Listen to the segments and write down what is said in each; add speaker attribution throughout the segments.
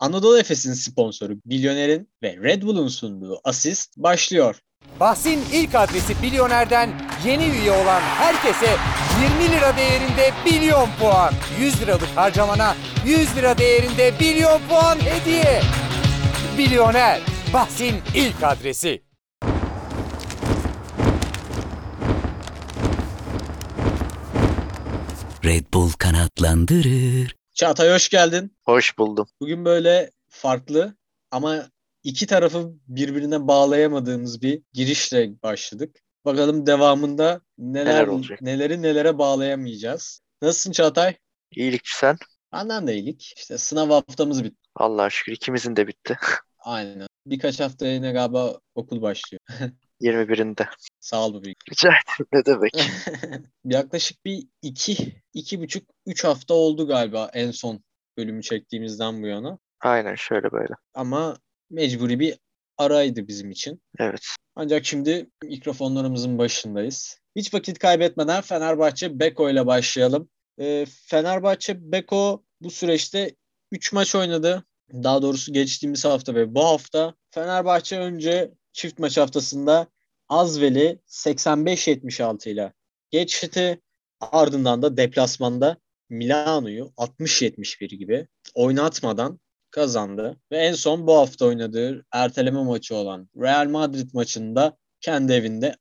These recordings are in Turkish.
Speaker 1: Anadolu Efes'in sponsoru Bilyoner'in ve Red Bull'un sunduğu asist başlıyor.
Speaker 2: Bahsin ilk adresi Bilyoner'den yeni üye olan herkese 20 lira değerinde milyon puan. 100 liralık harcamana 100 lira değerinde milyon puan hediye. Bilyoner, Bahsin ilk adresi.
Speaker 3: Red Bull kanatlandırır.
Speaker 1: Çağatay hoş geldin.
Speaker 4: Hoş buldum.
Speaker 1: Bugün böyle farklı ama iki tarafı birbirine bağlayamadığımız bir girişle başladık. Bakalım devamında neler,
Speaker 4: Neler olacak?
Speaker 1: neleri nelere bağlayamayacağız. Nasılsın Çağatay?
Speaker 4: İyilikçi sen.
Speaker 1: Benden de iyilik. İşte sınav haftamız bitti.
Speaker 4: Allah'a şükür ikimizin de bitti.
Speaker 1: Aynen. Birkaç hafta yine galiba okul başlıyor.
Speaker 4: 21'inde.
Speaker 1: Sağ ol bu bilgi.
Speaker 4: Rica ederim ne demek.
Speaker 1: Yaklaşık bir iki, iki buçuk, üç hafta oldu galiba en son bölümü çektiğimizden bu yana.
Speaker 4: Aynen şöyle böyle.
Speaker 1: Ama mecburi bir araydı bizim için.
Speaker 4: Evet.
Speaker 1: Ancak şimdi mikrofonlarımızın başındayız. Hiç vakit kaybetmeden Fenerbahçe Beko ile başlayalım. Ee, Fenerbahçe Beko bu süreçte 3 maç oynadı. Daha doğrusu geçtiğimiz hafta ve bu hafta Fenerbahçe önce çift maç haftasında Azveli 85-76 ile geçti. Ardından da deplasmanda Milano'yu 60-71 gibi oynatmadan kazandı. Ve en son bu hafta oynadığı erteleme maçı olan Real Madrid maçında kendi evinde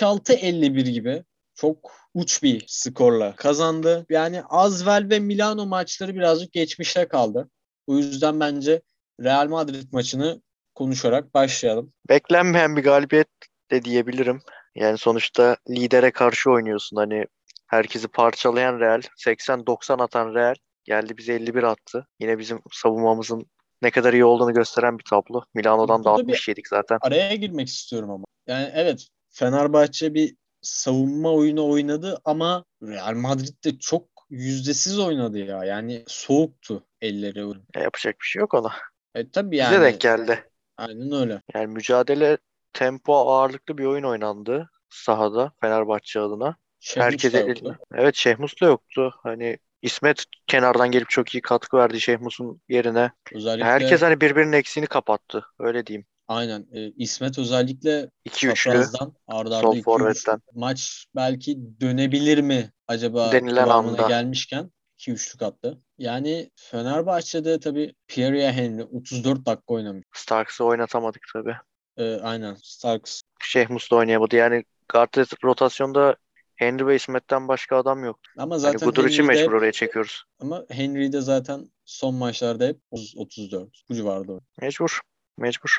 Speaker 1: 66-51 gibi çok uç bir skorla kazandı. Yani Azvel ve Milano maçları birazcık geçmişte kaldı. O yüzden bence Real Madrid maçını konuşarak başlayalım.
Speaker 4: Beklenmeyen bir galibiyet de diyebilirim. Yani sonuçta lidere karşı oynuyorsun. Hani herkesi parçalayan Real, 80-90 atan Real geldi bize 51 attı. Yine bizim savunmamızın ne kadar iyi olduğunu gösteren bir tablo. Milano'dan da
Speaker 1: Burada bir-
Speaker 4: 60 yedik zaten.
Speaker 1: Araya girmek istiyorum ama. Yani evet Fenerbahçe bir savunma oyunu oynadı ama Real Madrid de çok yüzdesiz oynadı ya. Yani soğuktu elleri.
Speaker 4: E, Yapacak bir şey yok ona.
Speaker 1: E tabii
Speaker 4: Bize
Speaker 1: yani.
Speaker 4: denk geldi.
Speaker 1: Aynen öyle.
Speaker 4: Yani mücadele tempo ağırlıklı bir oyun oynandı sahada Fenerbahçe adına.
Speaker 1: Şemus
Speaker 4: Herkese
Speaker 1: da yoktu.
Speaker 4: elini- Evet Şehmus da yoktu. Hani İsmet kenardan gelip çok iyi katkı verdi Şehmus'un yerine.
Speaker 1: Özellikle
Speaker 4: Herkes hani birbirinin eksiğini kapattı. Öyle diyeyim.
Speaker 1: aynen. E, İsmet özellikle
Speaker 4: 2 üçlü
Speaker 1: çaprazdan arda arda
Speaker 4: sol
Speaker 1: iki
Speaker 4: forvetten.
Speaker 1: üçlü. maç belki dönebilir mi acaba
Speaker 4: Denilen
Speaker 1: kıvamına
Speaker 4: anda.
Speaker 1: gelmişken 2 üçlük attı. Yani Fenerbahçe'de tabii Pierre Henry 34 dakika oynamış.
Speaker 4: Starks'ı oynatamadık tabii.
Speaker 1: E, aynen Starks
Speaker 4: Şehmus da oynayamadı. Yani guard rotasyonda Henry ve İsmet'ten başka adam yok.
Speaker 1: ama
Speaker 4: Hani
Speaker 1: zaten
Speaker 4: Gudur için
Speaker 1: Henry de-
Speaker 4: mecbur oraya çekiyoruz.
Speaker 1: ama Henry de zaten son maçlarda hep 30 34 bu civarda oynuyor.
Speaker 4: Mecbur. Mecbur.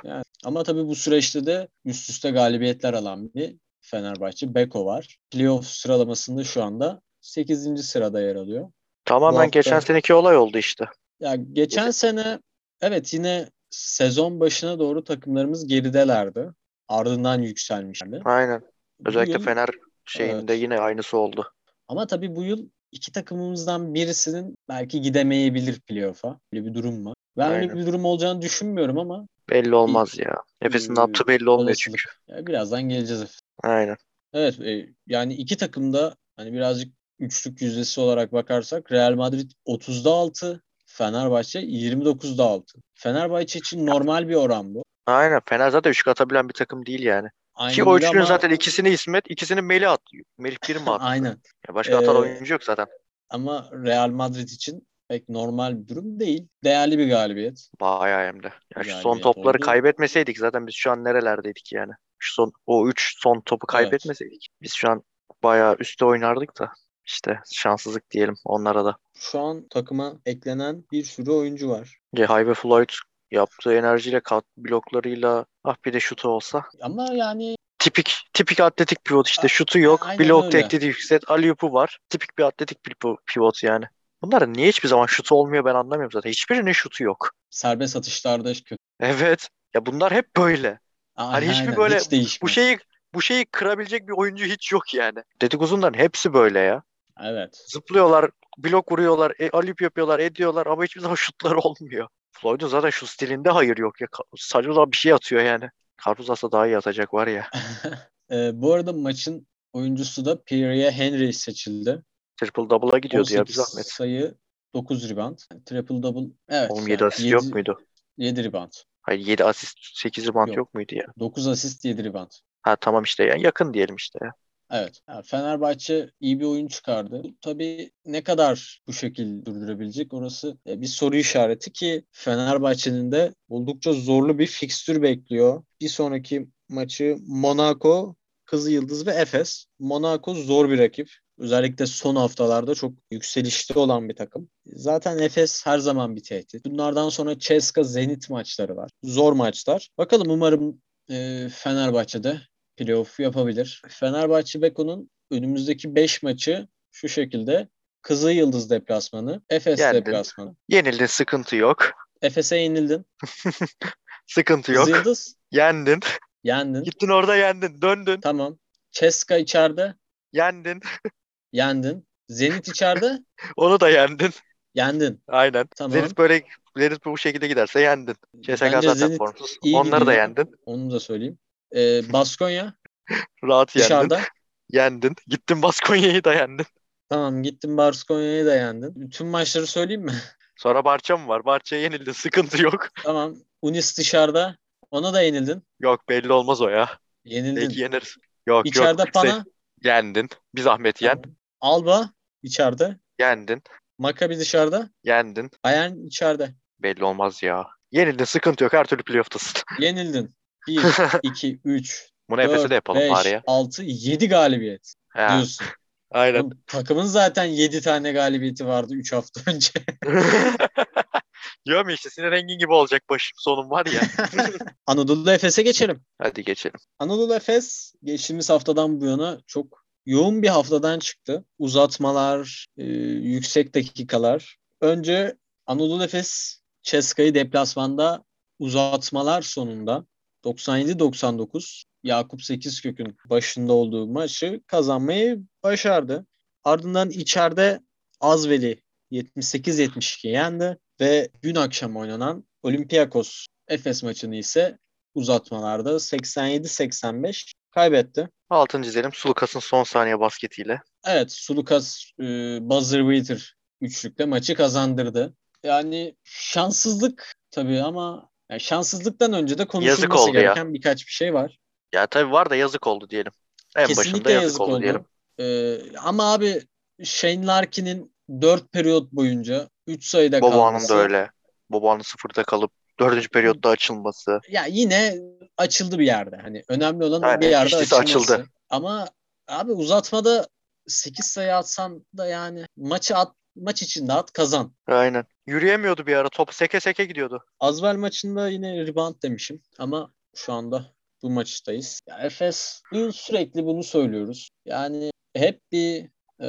Speaker 1: Ama tabii bu süreçte de üst üste galibiyetler alan bir Fenerbahçe. Beko var. Playoff sıralamasında şu anda 8. sırada yer alıyor.
Speaker 4: Tamamen
Speaker 1: hafta-
Speaker 4: geçen seneki olay oldu işte.
Speaker 1: Ya geçen sene evet yine sezon başına doğru takımlarımız geridelerdi. Ardından yükselmişlerdi.
Speaker 4: Aynen.
Speaker 1: Bu
Speaker 4: Özellikle
Speaker 1: yıl-
Speaker 4: Fener şeyinde
Speaker 1: Evet.
Speaker 4: yine aynısı oldu.
Speaker 1: Ama tabii bu yıl iki takımımızdan birisinin belki gidemeyebilir playoff'a. Böyle bir durum var. Ben öyle
Speaker 4: Aynen.
Speaker 1: bir durum olacağını düşünmüyorum ama
Speaker 4: Belli olmaz ya. Efes'in ne
Speaker 1: Ee,
Speaker 4: yaptığı belli olmuyor çünkü.
Speaker 1: olasılık. Ya birazdan geleceğiz
Speaker 4: Aynen.
Speaker 1: Evet e, yani iki takım da hani birazcık üçlük yüzdesi olarak bakarsak Real Madrid 30'da 6, Fenerbahçe 29'da 6. Fenerbahçe için normal bir oran bu.
Speaker 4: Aynen. Fener zaten üçlük atabilen bir takım değil yani.
Speaker 1: Aynı
Speaker 4: Ki o üçlünün zaten ikisini İsmet, ikisini Melih atıyor. Melih bir mi atıyor?
Speaker 1: Aynen.
Speaker 4: Ya başka atan
Speaker 1: Ee,
Speaker 4: oyuncu yok zaten.
Speaker 1: Ama Real Madrid için pek normal bir durum değil. Değerli bir galibiyet.
Speaker 4: Bayağı hem de. Ya şu son
Speaker 1: galibiyet
Speaker 4: topları
Speaker 1: oldu.
Speaker 4: kaybetmeseydik zaten biz şu an nerelerdeydik yani. Şu son o üç son topu kaybetmeseydik biz şu an bayağı üstte oynardık da işte şanssızlık diyelim onlara da.
Speaker 1: Şu an takıma eklenen bir sürü oyuncu var.
Speaker 4: Ya Hayve Floyd yaptığı enerjiyle kat bloklarıyla ah bir de şutu olsa.
Speaker 1: Ama yani
Speaker 4: Tipik tipik atletik pivot işte
Speaker 1: A-
Speaker 4: şutu yok,
Speaker 1: aynen
Speaker 4: blok
Speaker 1: öyle.
Speaker 4: tehdidi yükselt, aliyupu var. Tipik bir atletik pi- pivot yani. Bunların niye hiçbir zaman şutu olmuyor ben anlamıyorum zaten. Hiçbirinin şutu yok.
Speaker 1: serbest atışlarda kötü.
Speaker 4: Evet. Ya bunlar hep böyle.
Speaker 1: Aynen,
Speaker 4: Hani hiçbir
Speaker 1: aynen.
Speaker 4: böyle
Speaker 1: Hiç değişmiyor.
Speaker 4: Bu şey şeyi bu şeyi kırabilecek bir oyuncu hiç yok yani. Dedikozunların hepsi böyle ya.
Speaker 1: Evet.
Speaker 4: Zıplıyorlar, blok vuruyorlar, e, alüp yapıyorlar, ediyorlar ama hiçbir zaman şutları olmuyor. Floyd'un zaten şu stilinde hayır yok ya. Ka- Salula bir şey atıyor yani. Karpuz atsa daha iyi atacak var ya.
Speaker 1: E, bu arada maçın oyuncusu da Pierre Henry seçildi.
Speaker 4: Triple double'a gidiyordu ya bir
Speaker 1: 18
Speaker 4: zahmet.
Speaker 1: sayı 9 rebound. Yani triple double. Evet.
Speaker 4: Oğlum
Speaker 1: yani
Speaker 4: 7 asist
Speaker 1: yedi-
Speaker 4: yok muydu?
Speaker 1: 7 rebound.
Speaker 4: Hayır 7 asist 8 rebound
Speaker 1: Yok.
Speaker 4: yok. muydu ya?
Speaker 1: 9 asist 7 rebound.
Speaker 4: Ha tamam işte yani yakın diyelim işte. ya.
Speaker 1: Evet. Yani Fenerbahçe iyi bir oyun çıkardı. Tabii ne kadar bu şekil durdurabilecek orası e, bir soru işareti ki Fenerbahçe'nin de oldukça zorlu bir fikstür bekliyor. Bir sonraki maçı Monaco, Kızılyıldız ve Efes. Monaco zor bir rakip. Özellikle son haftalarda çok yükselişte olan bir takım. Zaten Efes her zaman bir tehdit. Bunlardan sonra Ceska Zenit maçları var. Zor maçlar. Bakalım umarım e, Fenerbahçe'de playoff yapabilir. Fenerbahçe Beko'nun önümüzdeki 5 maçı şu şekilde. Kızılyıldız deplasmanı, Efes
Speaker 4: Yendin.
Speaker 1: deplasmanı.
Speaker 4: Yenildin sıkıntı yok.
Speaker 1: Efes'e yenildin.
Speaker 4: Sıkıntı yok.
Speaker 1: Kızılyıldız
Speaker 4: Yendin.
Speaker 1: yendin.
Speaker 4: Gittin orada yendin. Döndün.
Speaker 1: Tamam. Ceska içeride
Speaker 4: Yendin.
Speaker 1: yendin. Zenit içeride
Speaker 4: Onu da yendin.
Speaker 1: yendin.
Speaker 4: Aynen.
Speaker 1: Tamam.
Speaker 4: Zenit böyle Zenit bu şekilde giderse yendin. CSKA
Speaker 1: Bence
Speaker 4: zaten
Speaker 1: Zenit
Speaker 4: formsuz.
Speaker 1: iyi
Speaker 4: Onları da
Speaker 1: gidiyor.
Speaker 4: yendin.
Speaker 1: Onu da söyleyeyim. Ee, Baskonya
Speaker 4: Rahat yendin.
Speaker 1: dışarıda.
Speaker 4: Yendin. Gittin Baskonya'yı da yendin.
Speaker 1: Tamam gittin Baskonya'yı da yendin. Bütün maçları söyleyeyim mi?
Speaker 4: Sonra Barça mı var? Barça'ya yenildin. Sıkıntı yok.
Speaker 1: tamam. Unis dışarıda. Ona da yenildin.
Speaker 4: Yok belli olmaz o ya.
Speaker 1: Yenildin.
Speaker 4: Belki yenir. Yok
Speaker 1: İçeride
Speaker 4: yok.
Speaker 1: Pana.
Speaker 4: Yendin. Bir zahmet yen.
Speaker 1: Tamam. Alba içeride.
Speaker 4: Yendin.
Speaker 1: Maccabi dışarıda.
Speaker 4: Yendin.
Speaker 1: Bayern içeride.
Speaker 4: Belli olmaz ya. Yenildin. Sıkıntı yok. Her türlü playoff'tasın.
Speaker 1: Yenildin. 1, 2, 3,
Speaker 4: Bunu Efes'e de
Speaker 1: 4,
Speaker 4: yapalım bari
Speaker 1: 5,
Speaker 4: ya.
Speaker 1: 6, 7 galibiyet
Speaker 4: He,
Speaker 1: diyorsun.
Speaker 4: aynen.
Speaker 1: Oğlum, Takımın zaten 7 tane galibiyeti vardı 3 hafta önce.
Speaker 4: Diyorum ya işte senin rengin gibi olacak başım sonum var ya.
Speaker 1: Anadolu Efes'e geçelim.
Speaker 4: Hadi geçelim.
Speaker 1: Anadolu Efes geçtiğimiz haftadan bu yana çok yoğun bir haftadan çıktı. Uzatmalar, e, yüksek dakikalar. Önce Anadolu Efes Ceska'yı deplasmanda uzatmalar sonunda 97-99 Yakup 8 kökün başında olduğu maçı kazanmayı başardı. Ardından içeride Azveli 78-72 yendi ve gün akşam oynanan Olympiakos Efes maçını ise uzatmalarda 87-85 kaybetti.
Speaker 4: Altını çizelim. Sulukas'ın son saniye basketiyle.
Speaker 1: Evet, Sulukas e, buzzer beater üçlükle maçı kazandırdı. Yani şanssızlık tabii ama yani şanssızlıktan önce de
Speaker 4: Yazık
Speaker 1: konuşulması
Speaker 4: oldu ya.
Speaker 1: gereken birkaç bir şey var.
Speaker 4: Ya tabii var da yazık oldu diyelim. En başında
Speaker 1: Kesinlikle
Speaker 4: yazık,
Speaker 1: yazık
Speaker 4: oldu,
Speaker 1: oldu.
Speaker 4: diyelim.
Speaker 1: E, ama abi Shane Larkin'in 4 periyot boyunca 3 sayıda
Speaker 4: Bobanın
Speaker 1: kalması
Speaker 4: da öyle. Bobanın sıfırda kalıp dördüncü periyotta açılması.
Speaker 1: ya yine açıldı bir yerde. Hani önemli olan
Speaker 4: Aynen,
Speaker 1: bir yerde
Speaker 4: işçisi
Speaker 1: açılması.
Speaker 4: açıldı.
Speaker 1: Ama abi uzatmada 8 sayı atsan da yani maçı at maç içinde at kazan.
Speaker 4: Aynen. Yürüyemiyordu bir ara. Top seke seke gidiyordu.
Speaker 1: Azvel maçında yine rebound demişim ama şu anda bu maçtayız. Ya Efes dün sürekli bunu söylüyoruz. Yani hep bir e,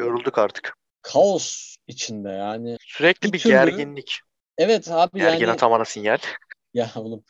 Speaker 4: Yorulduk artık.
Speaker 1: kaos içinde yani.
Speaker 4: Sürekli
Speaker 1: Bir
Speaker 4: bir,
Speaker 1: türlü-
Speaker 4: gerginlik.
Speaker 1: Evet abi
Speaker 4: Gergin
Speaker 1: yani
Speaker 4: atamana sinyal.
Speaker 1: ya oğlum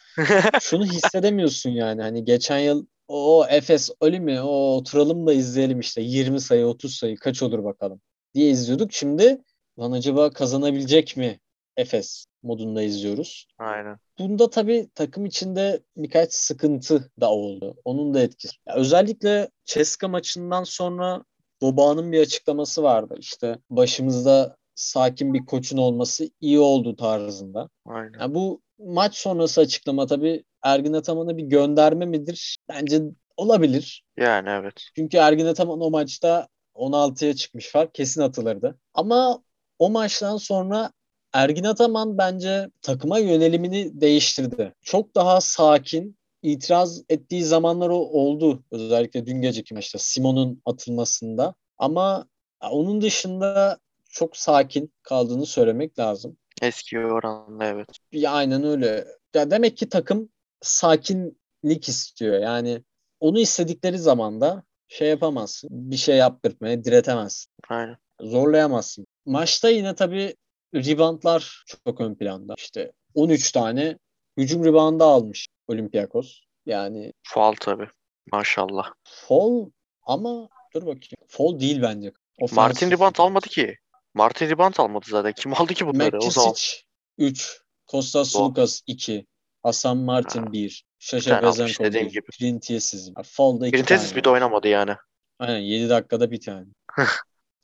Speaker 1: şunu hissedemiyorsun yani hani geçen yıl o Efes Ali mi o oturalım da izleyelim işte 20 sayı 30 sayı kaç olur bakalım diye izliyorduk. Şimdi lan acaba kazanabilecek mi Efes modunda izliyoruz.
Speaker 4: Aynen.
Speaker 1: Bunda tabii takım içinde birkaç sıkıntı da oldu. Onun da etkisi. Ya özellikle Ceska maçından sonra Boba'nın bir açıklaması vardı. İşte başımızda sakin bir koçun olması iyi oldu tarzında.
Speaker 4: Aynen.
Speaker 1: Ya bu maç sonrası açıklama tabii Ergin Ataman'a bir gönderme midir? Bence olabilir.
Speaker 4: Yani evet.
Speaker 1: Çünkü Ergin Ataman o maçta 16'ya çıkmış fark kesin atılırdı. Ama o maçtan sonra Ergin Ataman bence takıma yönelimini değiştirdi. Çok daha sakin, itiraz ettiği zamanlar o- oldu. Özellikle dün geceki maçta Simon'un atılmasında. Ama ya, onun dışında çok sakin kaldığını söylemek lazım.
Speaker 4: Eski oranla evet.
Speaker 1: Ya aynen öyle. Ya demek ki takım sakinlik istiyor. Yani onu istedikleri zaman da şey yapamazsın. Bir şey yaptırtmaya diretemezsin.
Speaker 4: Aynen.
Speaker 1: Zorlayamazsın. Maçta yine tabii reboundlar çok ön planda. İşte 13 tane hücum reboundı almış Olympiakos. Yani
Speaker 4: Faul tabii. Maşallah.
Speaker 1: foul ama dur bakayım. Foul değil bence. Ofansif.
Speaker 4: Martin Ribant almadı ki. Martin Ribant almadı zaten. Kim aldı ki bunları? O zaman
Speaker 1: Mekisic 3, Kostas
Speaker 4: Doğru.
Speaker 1: Sulukas 2, Hasan Martin
Speaker 4: Ha.
Speaker 1: 1,
Speaker 4: Bir
Speaker 1: Şaşa
Speaker 4: tane almış,
Speaker 1: Bezenko
Speaker 4: dediğin
Speaker 1: 1,
Speaker 4: gibi.
Speaker 1: Printiyesiz. Falda 2
Speaker 4: Printezis
Speaker 1: tane.
Speaker 4: bir de oynamadı yani.
Speaker 1: Aynen 7 dakikada bir tane.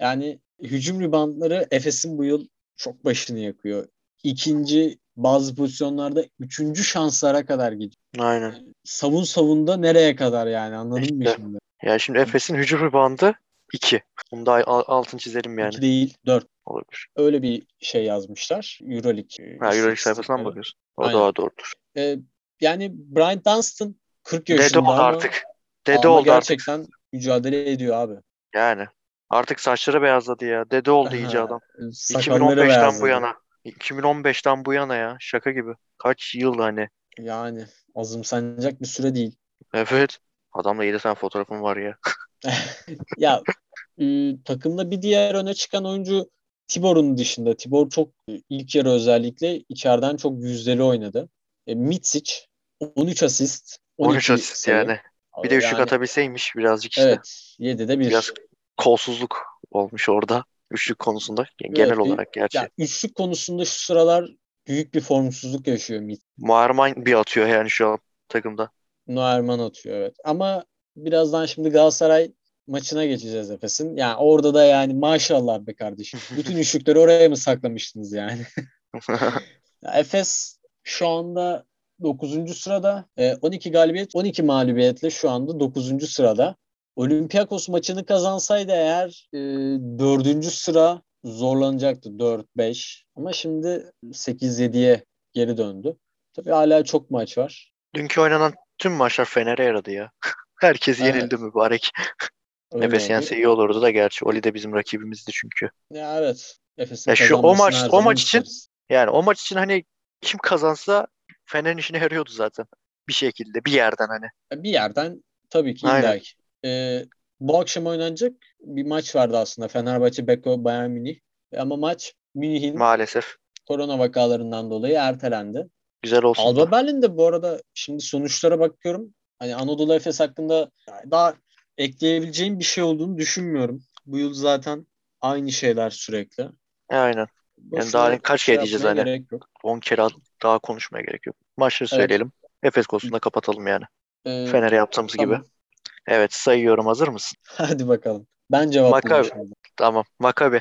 Speaker 1: yani hücum ribantları Efes'in bu yıl çok başını yakıyor. İkinci bazı pozisyonlarda üçüncü şanslara kadar gidiyor.
Speaker 4: Aynen.
Speaker 1: Savun savunda nereye kadar yani anladın mı
Speaker 4: İşte.
Speaker 1: şimdi?
Speaker 4: Yani şimdi Efes'in hücum ribandı 2. Bunu da al- altın çizelim yani.
Speaker 1: İki değil dört.
Speaker 4: Olabilir.
Speaker 1: Öyle bir şey yazmışlar. Euroleague. e,
Speaker 4: Ha, Euroleague
Speaker 1: istatistikleri.
Speaker 4: sayfasına mı bakıyorsun? O
Speaker 1: Aynen.
Speaker 4: daha doğrudur.
Speaker 1: E, yani Brian Dunstan 40 yaşında
Speaker 4: Dede oldu
Speaker 1: ama-
Speaker 4: artık. Dede
Speaker 1: ama
Speaker 4: oldu artık.
Speaker 1: gerçekten mücadele ediyor abi.
Speaker 4: Yani. Artık saçları beyazladı ya. Dede oldu iyice
Speaker 1: Ha,
Speaker 4: adam.
Speaker 1: Sakalları
Speaker 4: 2015'ten bu
Speaker 1: beyazladı.
Speaker 4: yana. 2015'ten bu yana ya. Şaka gibi. Kaç yıl hani.
Speaker 1: Yani azımsanacak bir süre değil.
Speaker 4: Evet. Adamla 7 tane fotoğrafım var ya.
Speaker 1: Ya e, takımda bir diğer öne çıkan oyuncu Tibor'un dışında. Tibor çok e, ilk yarı özellikle içeriden çok yüzdeli oynadı. E, Mitsic 13 asist. 12
Speaker 4: 13 asist
Speaker 1: sayı.
Speaker 4: yani. Bir de üçlük
Speaker 1: Yani,
Speaker 4: atabilseymiş birazcık işte.
Speaker 1: Evet. 7'de 1.
Speaker 4: Biraz kolsuzluk olmuş orada. Üçlük konusunda. Yani genel
Speaker 1: Evet, bir-
Speaker 4: olarak gerçi.
Speaker 1: Ya üçlük konusunda şu sıralar büyük bir formsuzluk yaşıyor Mitsic.
Speaker 4: Muharman bir atıyor yani şu an takımda.
Speaker 1: Noerman atıyor evet. Ama birazdan şimdi Galatasaray maçına geçeceğiz Efes'in. Yani orada da yani maşallah be kardeşim. Bütün üçlükleri oraya mı saklamıştınız yani? Ya Efes şu anda 9. sırada. E, 12 galibiyet, 12 mağlubiyetle şu anda 9. sırada. Olympiakos maçını kazansaydı eğer e, 4. sıra zorlanacaktı 4-5. Ama şimdi 8-7'ye geri döndü. Tabii hala çok maç var.
Speaker 4: Dünkü oynanan tüm maçlar Fener'e yaradı ya. Herkes
Speaker 1: Evet.
Speaker 4: yenildi mübarek.
Speaker 1: Öyle
Speaker 4: Efes
Speaker 1: oldu.
Speaker 4: yense iyi olurdu da gerçi. Oli de bizim rakibimizdi çünkü.
Speaker 1: Ya evet. Efes'in
Speaker 4: Ya şu o
Speaker 1: kazanmasını
Speaker 4: maç-
Speaker 1: her
Speaker 4: o
Speaker 1: zaman
Speaker 4: maç için-
Speaker 1: isteriz.
Speaker 4: Yani o maç için hani kim kazansa Fener'in işine yarıyordu zaten. Bir şekilde bir yerden hani.
Speaker 1: Ya bir yerden tabii ki
Speaker 4: Aynen.
Speaker 1: illa ki. Ee, bu akşam oynanacak bir maç vardı aslında. Fenerbahçe Beko Bayern Münih. E, Ama maç Münih'in
Speaker 4: Maalesef.
Speaker 1: korona vakalarından dolayı ertelendi.
Speaker 4: Güzel olsun. da.
Speaker 1: Alba Berlin de bu arada şimdi sonuçlara bakıyorum. Hani Anadolu Efes hakkında daha ekleyebileceğim bir şey olduğunu düşünmüyorum. Bu yıl zaten aynı şeyler sürekli.
Speaker 4: Aynen.
Speaker 1: Boşuna şey
Speaker 4: daha kaç kere diyeceğiz
Speaker 1: yapmaya
Speaker 4: hani?
Speaker 1: gerek yok.
Speaker 4: 10 kere daha konuşmaya gerek yok. Maçları
Speaker 1: Evet.
Speaker 4: söyleyelim. Efes konusunda kapatalım yani.
Speaker 1: Ee,
Speaker 4: Fener'e yaptığımız
Speaker 1: tamam.
Speaker 4: gibi. Evet sayıyorum hazır mısın?
Speaker 1: Hadi bakalım. Ben cevaplayayım
Speaker 4: Makabi.
Speaker 1: şimdi.
Speaker 4: Tamam. Makabe.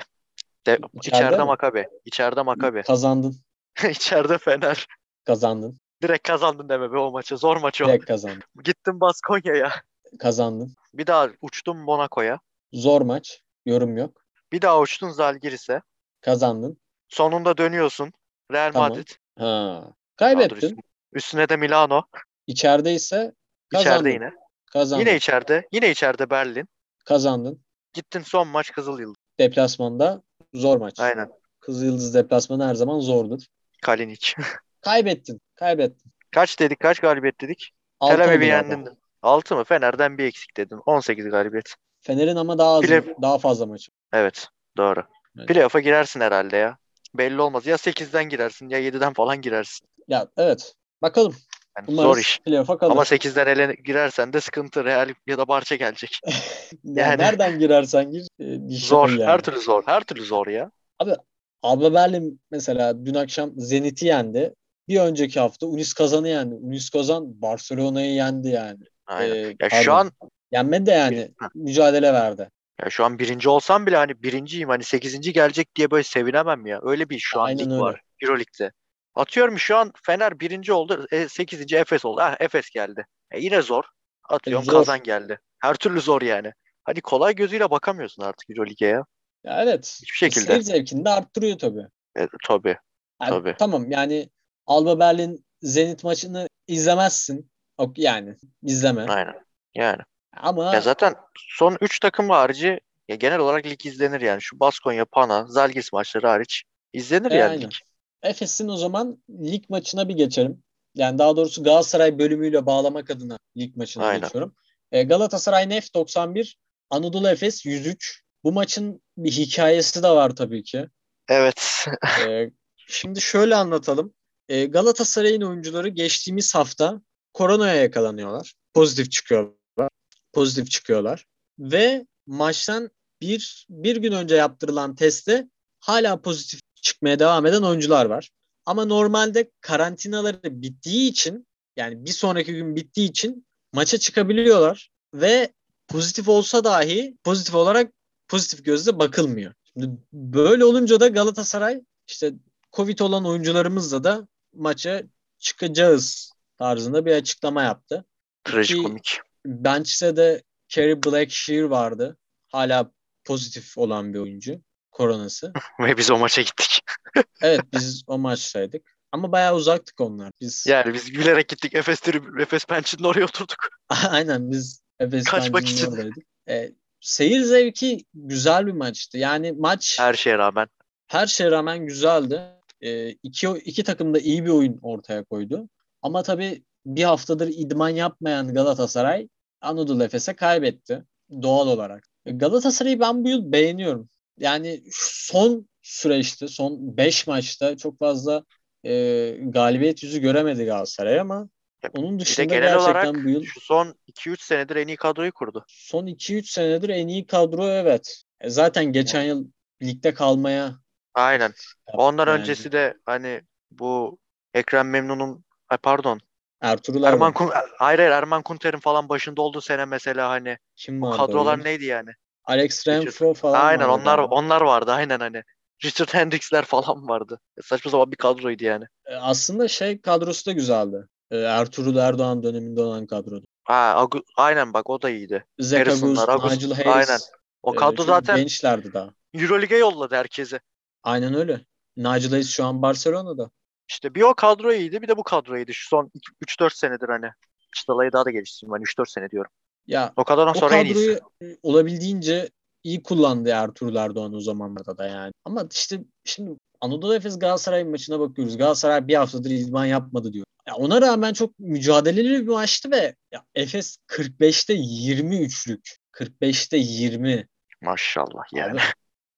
Speaker 4: De-
Speaker 1: İçeride
Speaker 4: içeride
Speaker 1: mi?
Speaker 4: Makabe. İçeride Makabe.
Speaker 1: Kazandın.
Speaker 4: içeride Fener.
Speaker 1: Kazandın.
Speaker 4: Direkt kazandın deme be o maçı. Zor maç o.
Speaker 1: Direkt kazandın.
Speaker 4: Gittim Baskonya'ya.
Speaker 1: Kazandın.
Speaker 4: Bir daha uçtun Monaco'ya.
Speaker 1: Zor maç. Yorum yok.
Speaker 4: Bir daha uçtun Zalgiris'e.
Speaker 1: Kazandın.
Speaker 4: Sonunda dönüyorsun. Real
Speaker 1: Tamam.
Speaker 4: Madrid.
Speaker 1: Ha.
Speaker 4: Daha dur,
Speaker 1: Kaybettin.
Speaker 4: üstüne- Üstüne de Milano.
Speaker 1: İçeride ise kazandın.
Speaker 4: İçeride yine.
Speaker 1: Kazandın.
Speaker 4: Yine içeride. Yine içeride Berlin.
Speaker 1: Kazandın.
Speaker 4: Gittin son maç Kızıl Yıldız.
Speaker 1: Deplasmanda zor maç.
Speaker 4: Aynen.
Speaker 1: Kızıl Yıldız deplasmanı her zaman zordur.
Speaker 4: Kalinic.
Speaker 1: Kaybettin. Kaybettin.
Speaker 4: kaç dedik? Kaç galibiyet dedik?
Speaker 1: Altı
Speaker 4: Tel Aviv'i
Speaker 1: oldu galiba.
Speaker 4: yendin. 6 mı? Fener'den bir eksik dedin. 18 galibiyet.
Speaker 1: Fener'in ama daha az,
Speaker 4: Bile-
Speaker 1: daha fazla maçı.
Speaker 4: Evet. Doğru.
Speaker 1: Evet.
Speaker 4: Playoff'a girersin herhalde ya. Belli olmaz. Ya 8'den girersin ya 7'den falan girersin.
Speaker 1: Ya evet. Bakalım.
Speaker 4: Yani
Speaker 1: Umarız
Speaker 4: zor iş.
Speaker 1: playoff'a kalır.
Speaker 4: Ama 8'den ele girersen de sıkıntı. Real ya da Barça gelecek.
Speaker 1: Ya
Speaker 4: yani-
Speaker 1: Nereden girersen gir. e, bir şey
Speaker 4: Zor.
Speaker 1: değil yani.
Speaker 4: Her türlü zor. Her türlü zor ya.
Speaker 1: Alba Berlin mesela dün akşam Zenit'i yendi. Bir önceki hafta Unis Kazan'ı yendi. Unis Kazan Barcelona'yı yendi yani.
Speaker 4: Aynen.
Speaker 1: Ee,
Speaker 4: ya
Speaker 1: pardon.
Speaker 4: şu an
Speaker 1: Yenmedi de yani
Speaker 4: Ha.
Speaker 1: mücadele verdi.
Speaker 4: ya şu an birinci olsam bile hani birinciyim hani sekizinci gelecek diye böyle sevinemem ya. Öyle bir şu an
Speaker 1: Aynen
Speaker 4: lig
Speaker 1: öyle.
Speaker 4: var. Euroleague'de. Atıyorum şu an Fener birinci oldu. E, sekizinci Efes oldu. Ah Efes geldi. E, yine zor. Atıyorum
Speaker 1: E, Zor.
Speaker 4: Kazan geldi. Her türlü zor yani. Hani kolay gözüyle bakamıyorsun artık Euroleague'e ya.
Speaker 1: Ya evet.
Speaker 4: Hiçbir şekilde.
Speaker 1: Seyir zevkini de arttırıyor tabii.
Speaker 4: E, tabii.
Speaker 1: Yani
Speaker 4: Tabii.
Speaker 1: Tamam yani Alba Berlin Zenit maçını izlemezsin. Ok- Yani izleme.
Speaker 4: Aynen. Yani.
Speaker 1: Ama
Speaker 4: Ya zaten son 3 takım harici ya genel olarak lig izlenir yani. Şu Baskonya, Pana, Zalgiris maçları hariç izlenir
Speaker 1: E,
Speaker 4: yani
Speaker 1: aynen.
Speaker 4: lig.
Speaker 1: Efes'in o zaman lig maçına bir geçelim. Yani daha doğrusu Galatasaray bölümüyle bağlamak adına lig maçına
Speaker 4: Aynen.
Speaker 1: geçiyorum. E, Galatasaray Nef 91, Anadolu Efes 103. Bu maçın bir hikayesi de var tabii ki.
Speaker 4: Evet.
Speaker 1: E, şimdi şöyle anlatalım. E, Galatasaray'ın oyuncuları geçtiğimiz hafta koronaya yakalanıyorlar. Pozitif çıkıyorlar. Pozitif çıkıyorlar. Ve maçtan bir, bir gün önce yaptırılan testte hala pozitif çıkmaya devam eden oyuncular var. Ama normalde karantinaları bittiği için yani bir sonraki gün bittiği için maça çıkabiliyorlar ve pozitif olsa dahi pozitif olarak pozitif gözle bakılmıyor. Şimdi böyle olunca da Galatasaray işte Covid olan oyuncularımızla da maça çıkacağız tarzında bir açıklama yaptı.
Speaker 4: Trajikomik.
Speaker 1: Bench'te de Kerry Blackshear vardı. Hala pozitif olan bir oyuncu koronası.
Speaker 4: Ve biz o maça gittik.
Speaker 1: Evet biz o maçtaydık. Ama bayağı uzaktık onlar. Biz
Speaker 4: Yani biz gülerek gittik. Efes, tribü- Efes bench'inin oraya oturduk.
Speaker 1: Aynen biz Efes
Speaker 4: Kaçmak
Speaker 1: Kaçmak
Speaker 4: için.
Speaker 1: E, seyir zevki güzel bir maçtı. Yani maç her,
Speaker 4: Her şeye rağmen.
Speaker 1: şeye rağmen güzeldi. E, iki, iki takım da iyi bir oyun ortaya koydu. Ama tabii bir haftadır idman yapmayan Galatasaray Anadolu Efes'e kaybetti doğal olarak. E, Galatasaray'ı ben bu yıl beğeniyorum. Yani şu son süreçte, son 5 maçta çok fazla e, galibiyet yüzü göremedi Galatasaray ama
Speaker 4: Ya,
Speaker 1: onun
Speaker 4: Bir de
Speaker 1: dışında
Speaker 4: genel
Speaker 1: gerçekten
Speaker 4: olarak
Speaker 1: bu yıl
Speaker 4: şu son 2-3 senedir en iyi kadroyu kurdu.
Speaker 1: son 2-3 senedir en iyi kadro evet. E zaten geçen yıl ligde kalmaya
Speaker 4: Aynen. Ondan
Speaker 1: Yani
Speaker 4: öncesi de hani bu Ekrem Memnun'un ay pardon
Speaker 1: Ertuğrul
Speaker 4: Erman
Speaker 1: Erman
Speaker 4: Kun, hayır hayır Erman Kunter'in falan başında olduğu sene mesela hani
Speaker 1: kim
Speaker 4: bu
Speaker 1: vardı?
Speaker 4: kadrolar
Speaker 1: orada?
Speaker 4: neydi yani?
Speaker 1: Alex Renfro falan
Speaker 4: Aynen
Speaker 1: vardı
Speaker 4: onlar
Speaker 1: orada.
Speaker 4: onlar vardı aynen hani. Richard Hendricks'ler falan vardı. Saçma sapan bir kadroydu yani.
Speaker 1: E, aslında şey kadrosu da güzeldi. E, Ertuğrul Erdoğan döneminde olan kadroda.
Speaker 4: Ha, Agu- aynen bak o da iyiydi.
Speaker 1: Zeka Gus,
Speaker 4: Harrison'lar, Agus-
Speaker 1: Nigel Hayes.
Speaker 4: Aynen. O
Speaker 1: E,
Speaker 4: kadro
Speaker 1: çok
Speaker 4: zaten
Speaker 1: gençlerdi daha.
Speaker 4: Euroleague'e yolladı herkesi.
Speaker 1: Aynen öyle. Nigel Hayes şu an Barcelona'da.
Speaker 4: İşte bir o kadro iyiydi bir de bu kadro iyiydi. Şu son 3-4 senedir hani. Çıtalayı daha da geliştirdim ben 3-4 sene diyorum.
Speaker 1: Ya
Speaker 4: O kadrodan
Speaker 1: o
Speaker 4: sonra en iyisi.
Speaker 1: kadroyu e, olabildiğince iyi kullandı Ertuğrul Erdoğan o zamanlarda da yani. Ama işte şimdi Anadolu Efes Galatasaray maçına bakıyoruz. Galatasaray bir haftadır idman yapmadı diyor. Ya ona rağmen çok mücadeleli bir maçtı ve ya Efes 45'te 23'lük. 45'te 20.
Speaker 4: Maşallah yani.
Speaker 1: Abi,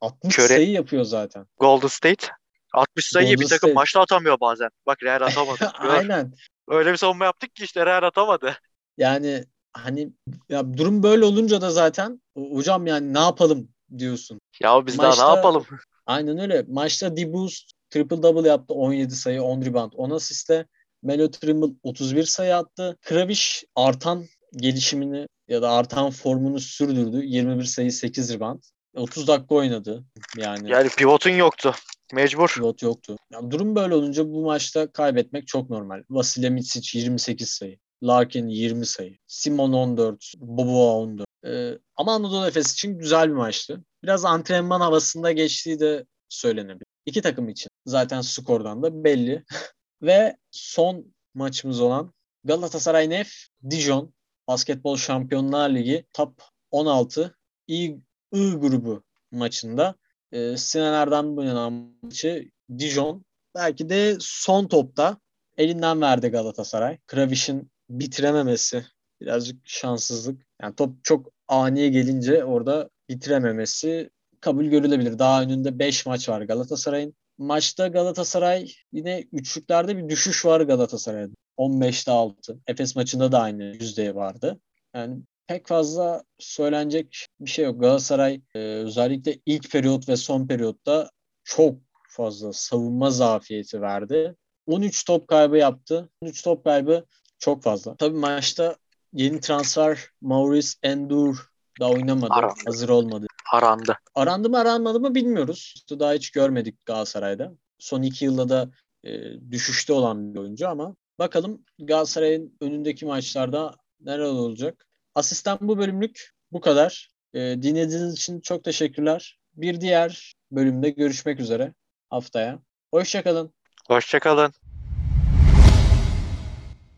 Speaker 1: 60
Speaker 4: Köre-
Speaker 1: sayı yapıyor zaten.
Speaker 4: Golden State 60 sayıyı
Speaker 1: Golden
Speaker 4: bir takım
Speaker 1: State.
Speaker 4: maçta atamıyor bazen. Bak Real atamadı.
Speaker 1: Aynen.
Speaker 4: Öyle bir savunma yaptık ki işte Real atamadı.
Speaker 1: Yani hani ya durum böyle olunca da zaten hocam yani ne yapalım diyorsun.
Speaker 4: Ya biz daha
Speaker 1: Maçta-
Speaker 4: ne yapalım?
Speaker 1: Aynen öyle. Maçta D-Boost triple double yaptı. 17 sayı, 10 rebound, 10 asiste. Melo Trimble 31 sayı attı. Kraviş artan gelişimini ya da artan formunu sürdürdü. 21 sayı, 8 rebound. 30 dakika oynadı. Yani
Speaker 4: Yani pivotun yoktu. Mecbur.
Speaker 1: pivot yoktu. Ya durum böyle olunca bu maçta kaybetmek çok normal. Vasile Mitsic 28 sayı. Larkin 20 sayı. Simon 14. Boboa 14. Ee, ama Anadolu Efes için güzel bir maçtı. Biraz antrenman havasında geçtiği de söylenebilir. İki takım için. Zaten skordan da belli. Ve son maçımız olan Galatasaray Nef Dijon Basketbol Şampiyonlar Ligi Top 16 İ, I grubu maçında e, Sinan Erdem oynanan maçı Dijon belki de son topta elinden verdi Galatasaray. Kraviş'in bitirememesi birazcık şanssızlık. Yani top çok aniye gelince orada bitirememesi kabul görülebilir. Daha önünde 5 maç var Galatasaray'ın. Maçta Galatasaray yine üçlüklerde bir düşüş var Galatasaray'da. 15'te 6. Efes maçında da aynı yüzdeye vardı. Yani pek fazla söylenecek bir şey yok. Galatasaray e, özellikle ilk periyot ve son periyotta çok fazla savunma zafiyeti verdi. 13 top kaybı yaptı. 13 top kaybı çok fazla. Tabii maçta yeni transfer Maurice Endur da oynamadı.
Speaker 4: Arandı.
Speaker 1: Hazır olmadı.
Speaker 4: Arandı.
Speaker 1: Arandı mı aranmadı mı bilmiyoruz. İşte Daha hiç görmedik Galatasaray'da. Son iki yılda da e, düşüşte olan bir oyuncu ama bakalım Galatasaray'ın önündeki maçlarda neler olacak. Asistan bu bölümlük bu kadar. E, dinlediğiniz için çok teşekkürler. Bir diğer bölümde görüşmek üzere haftaya. Hoşçakalın.
Speaker 4: Hoşçakalın.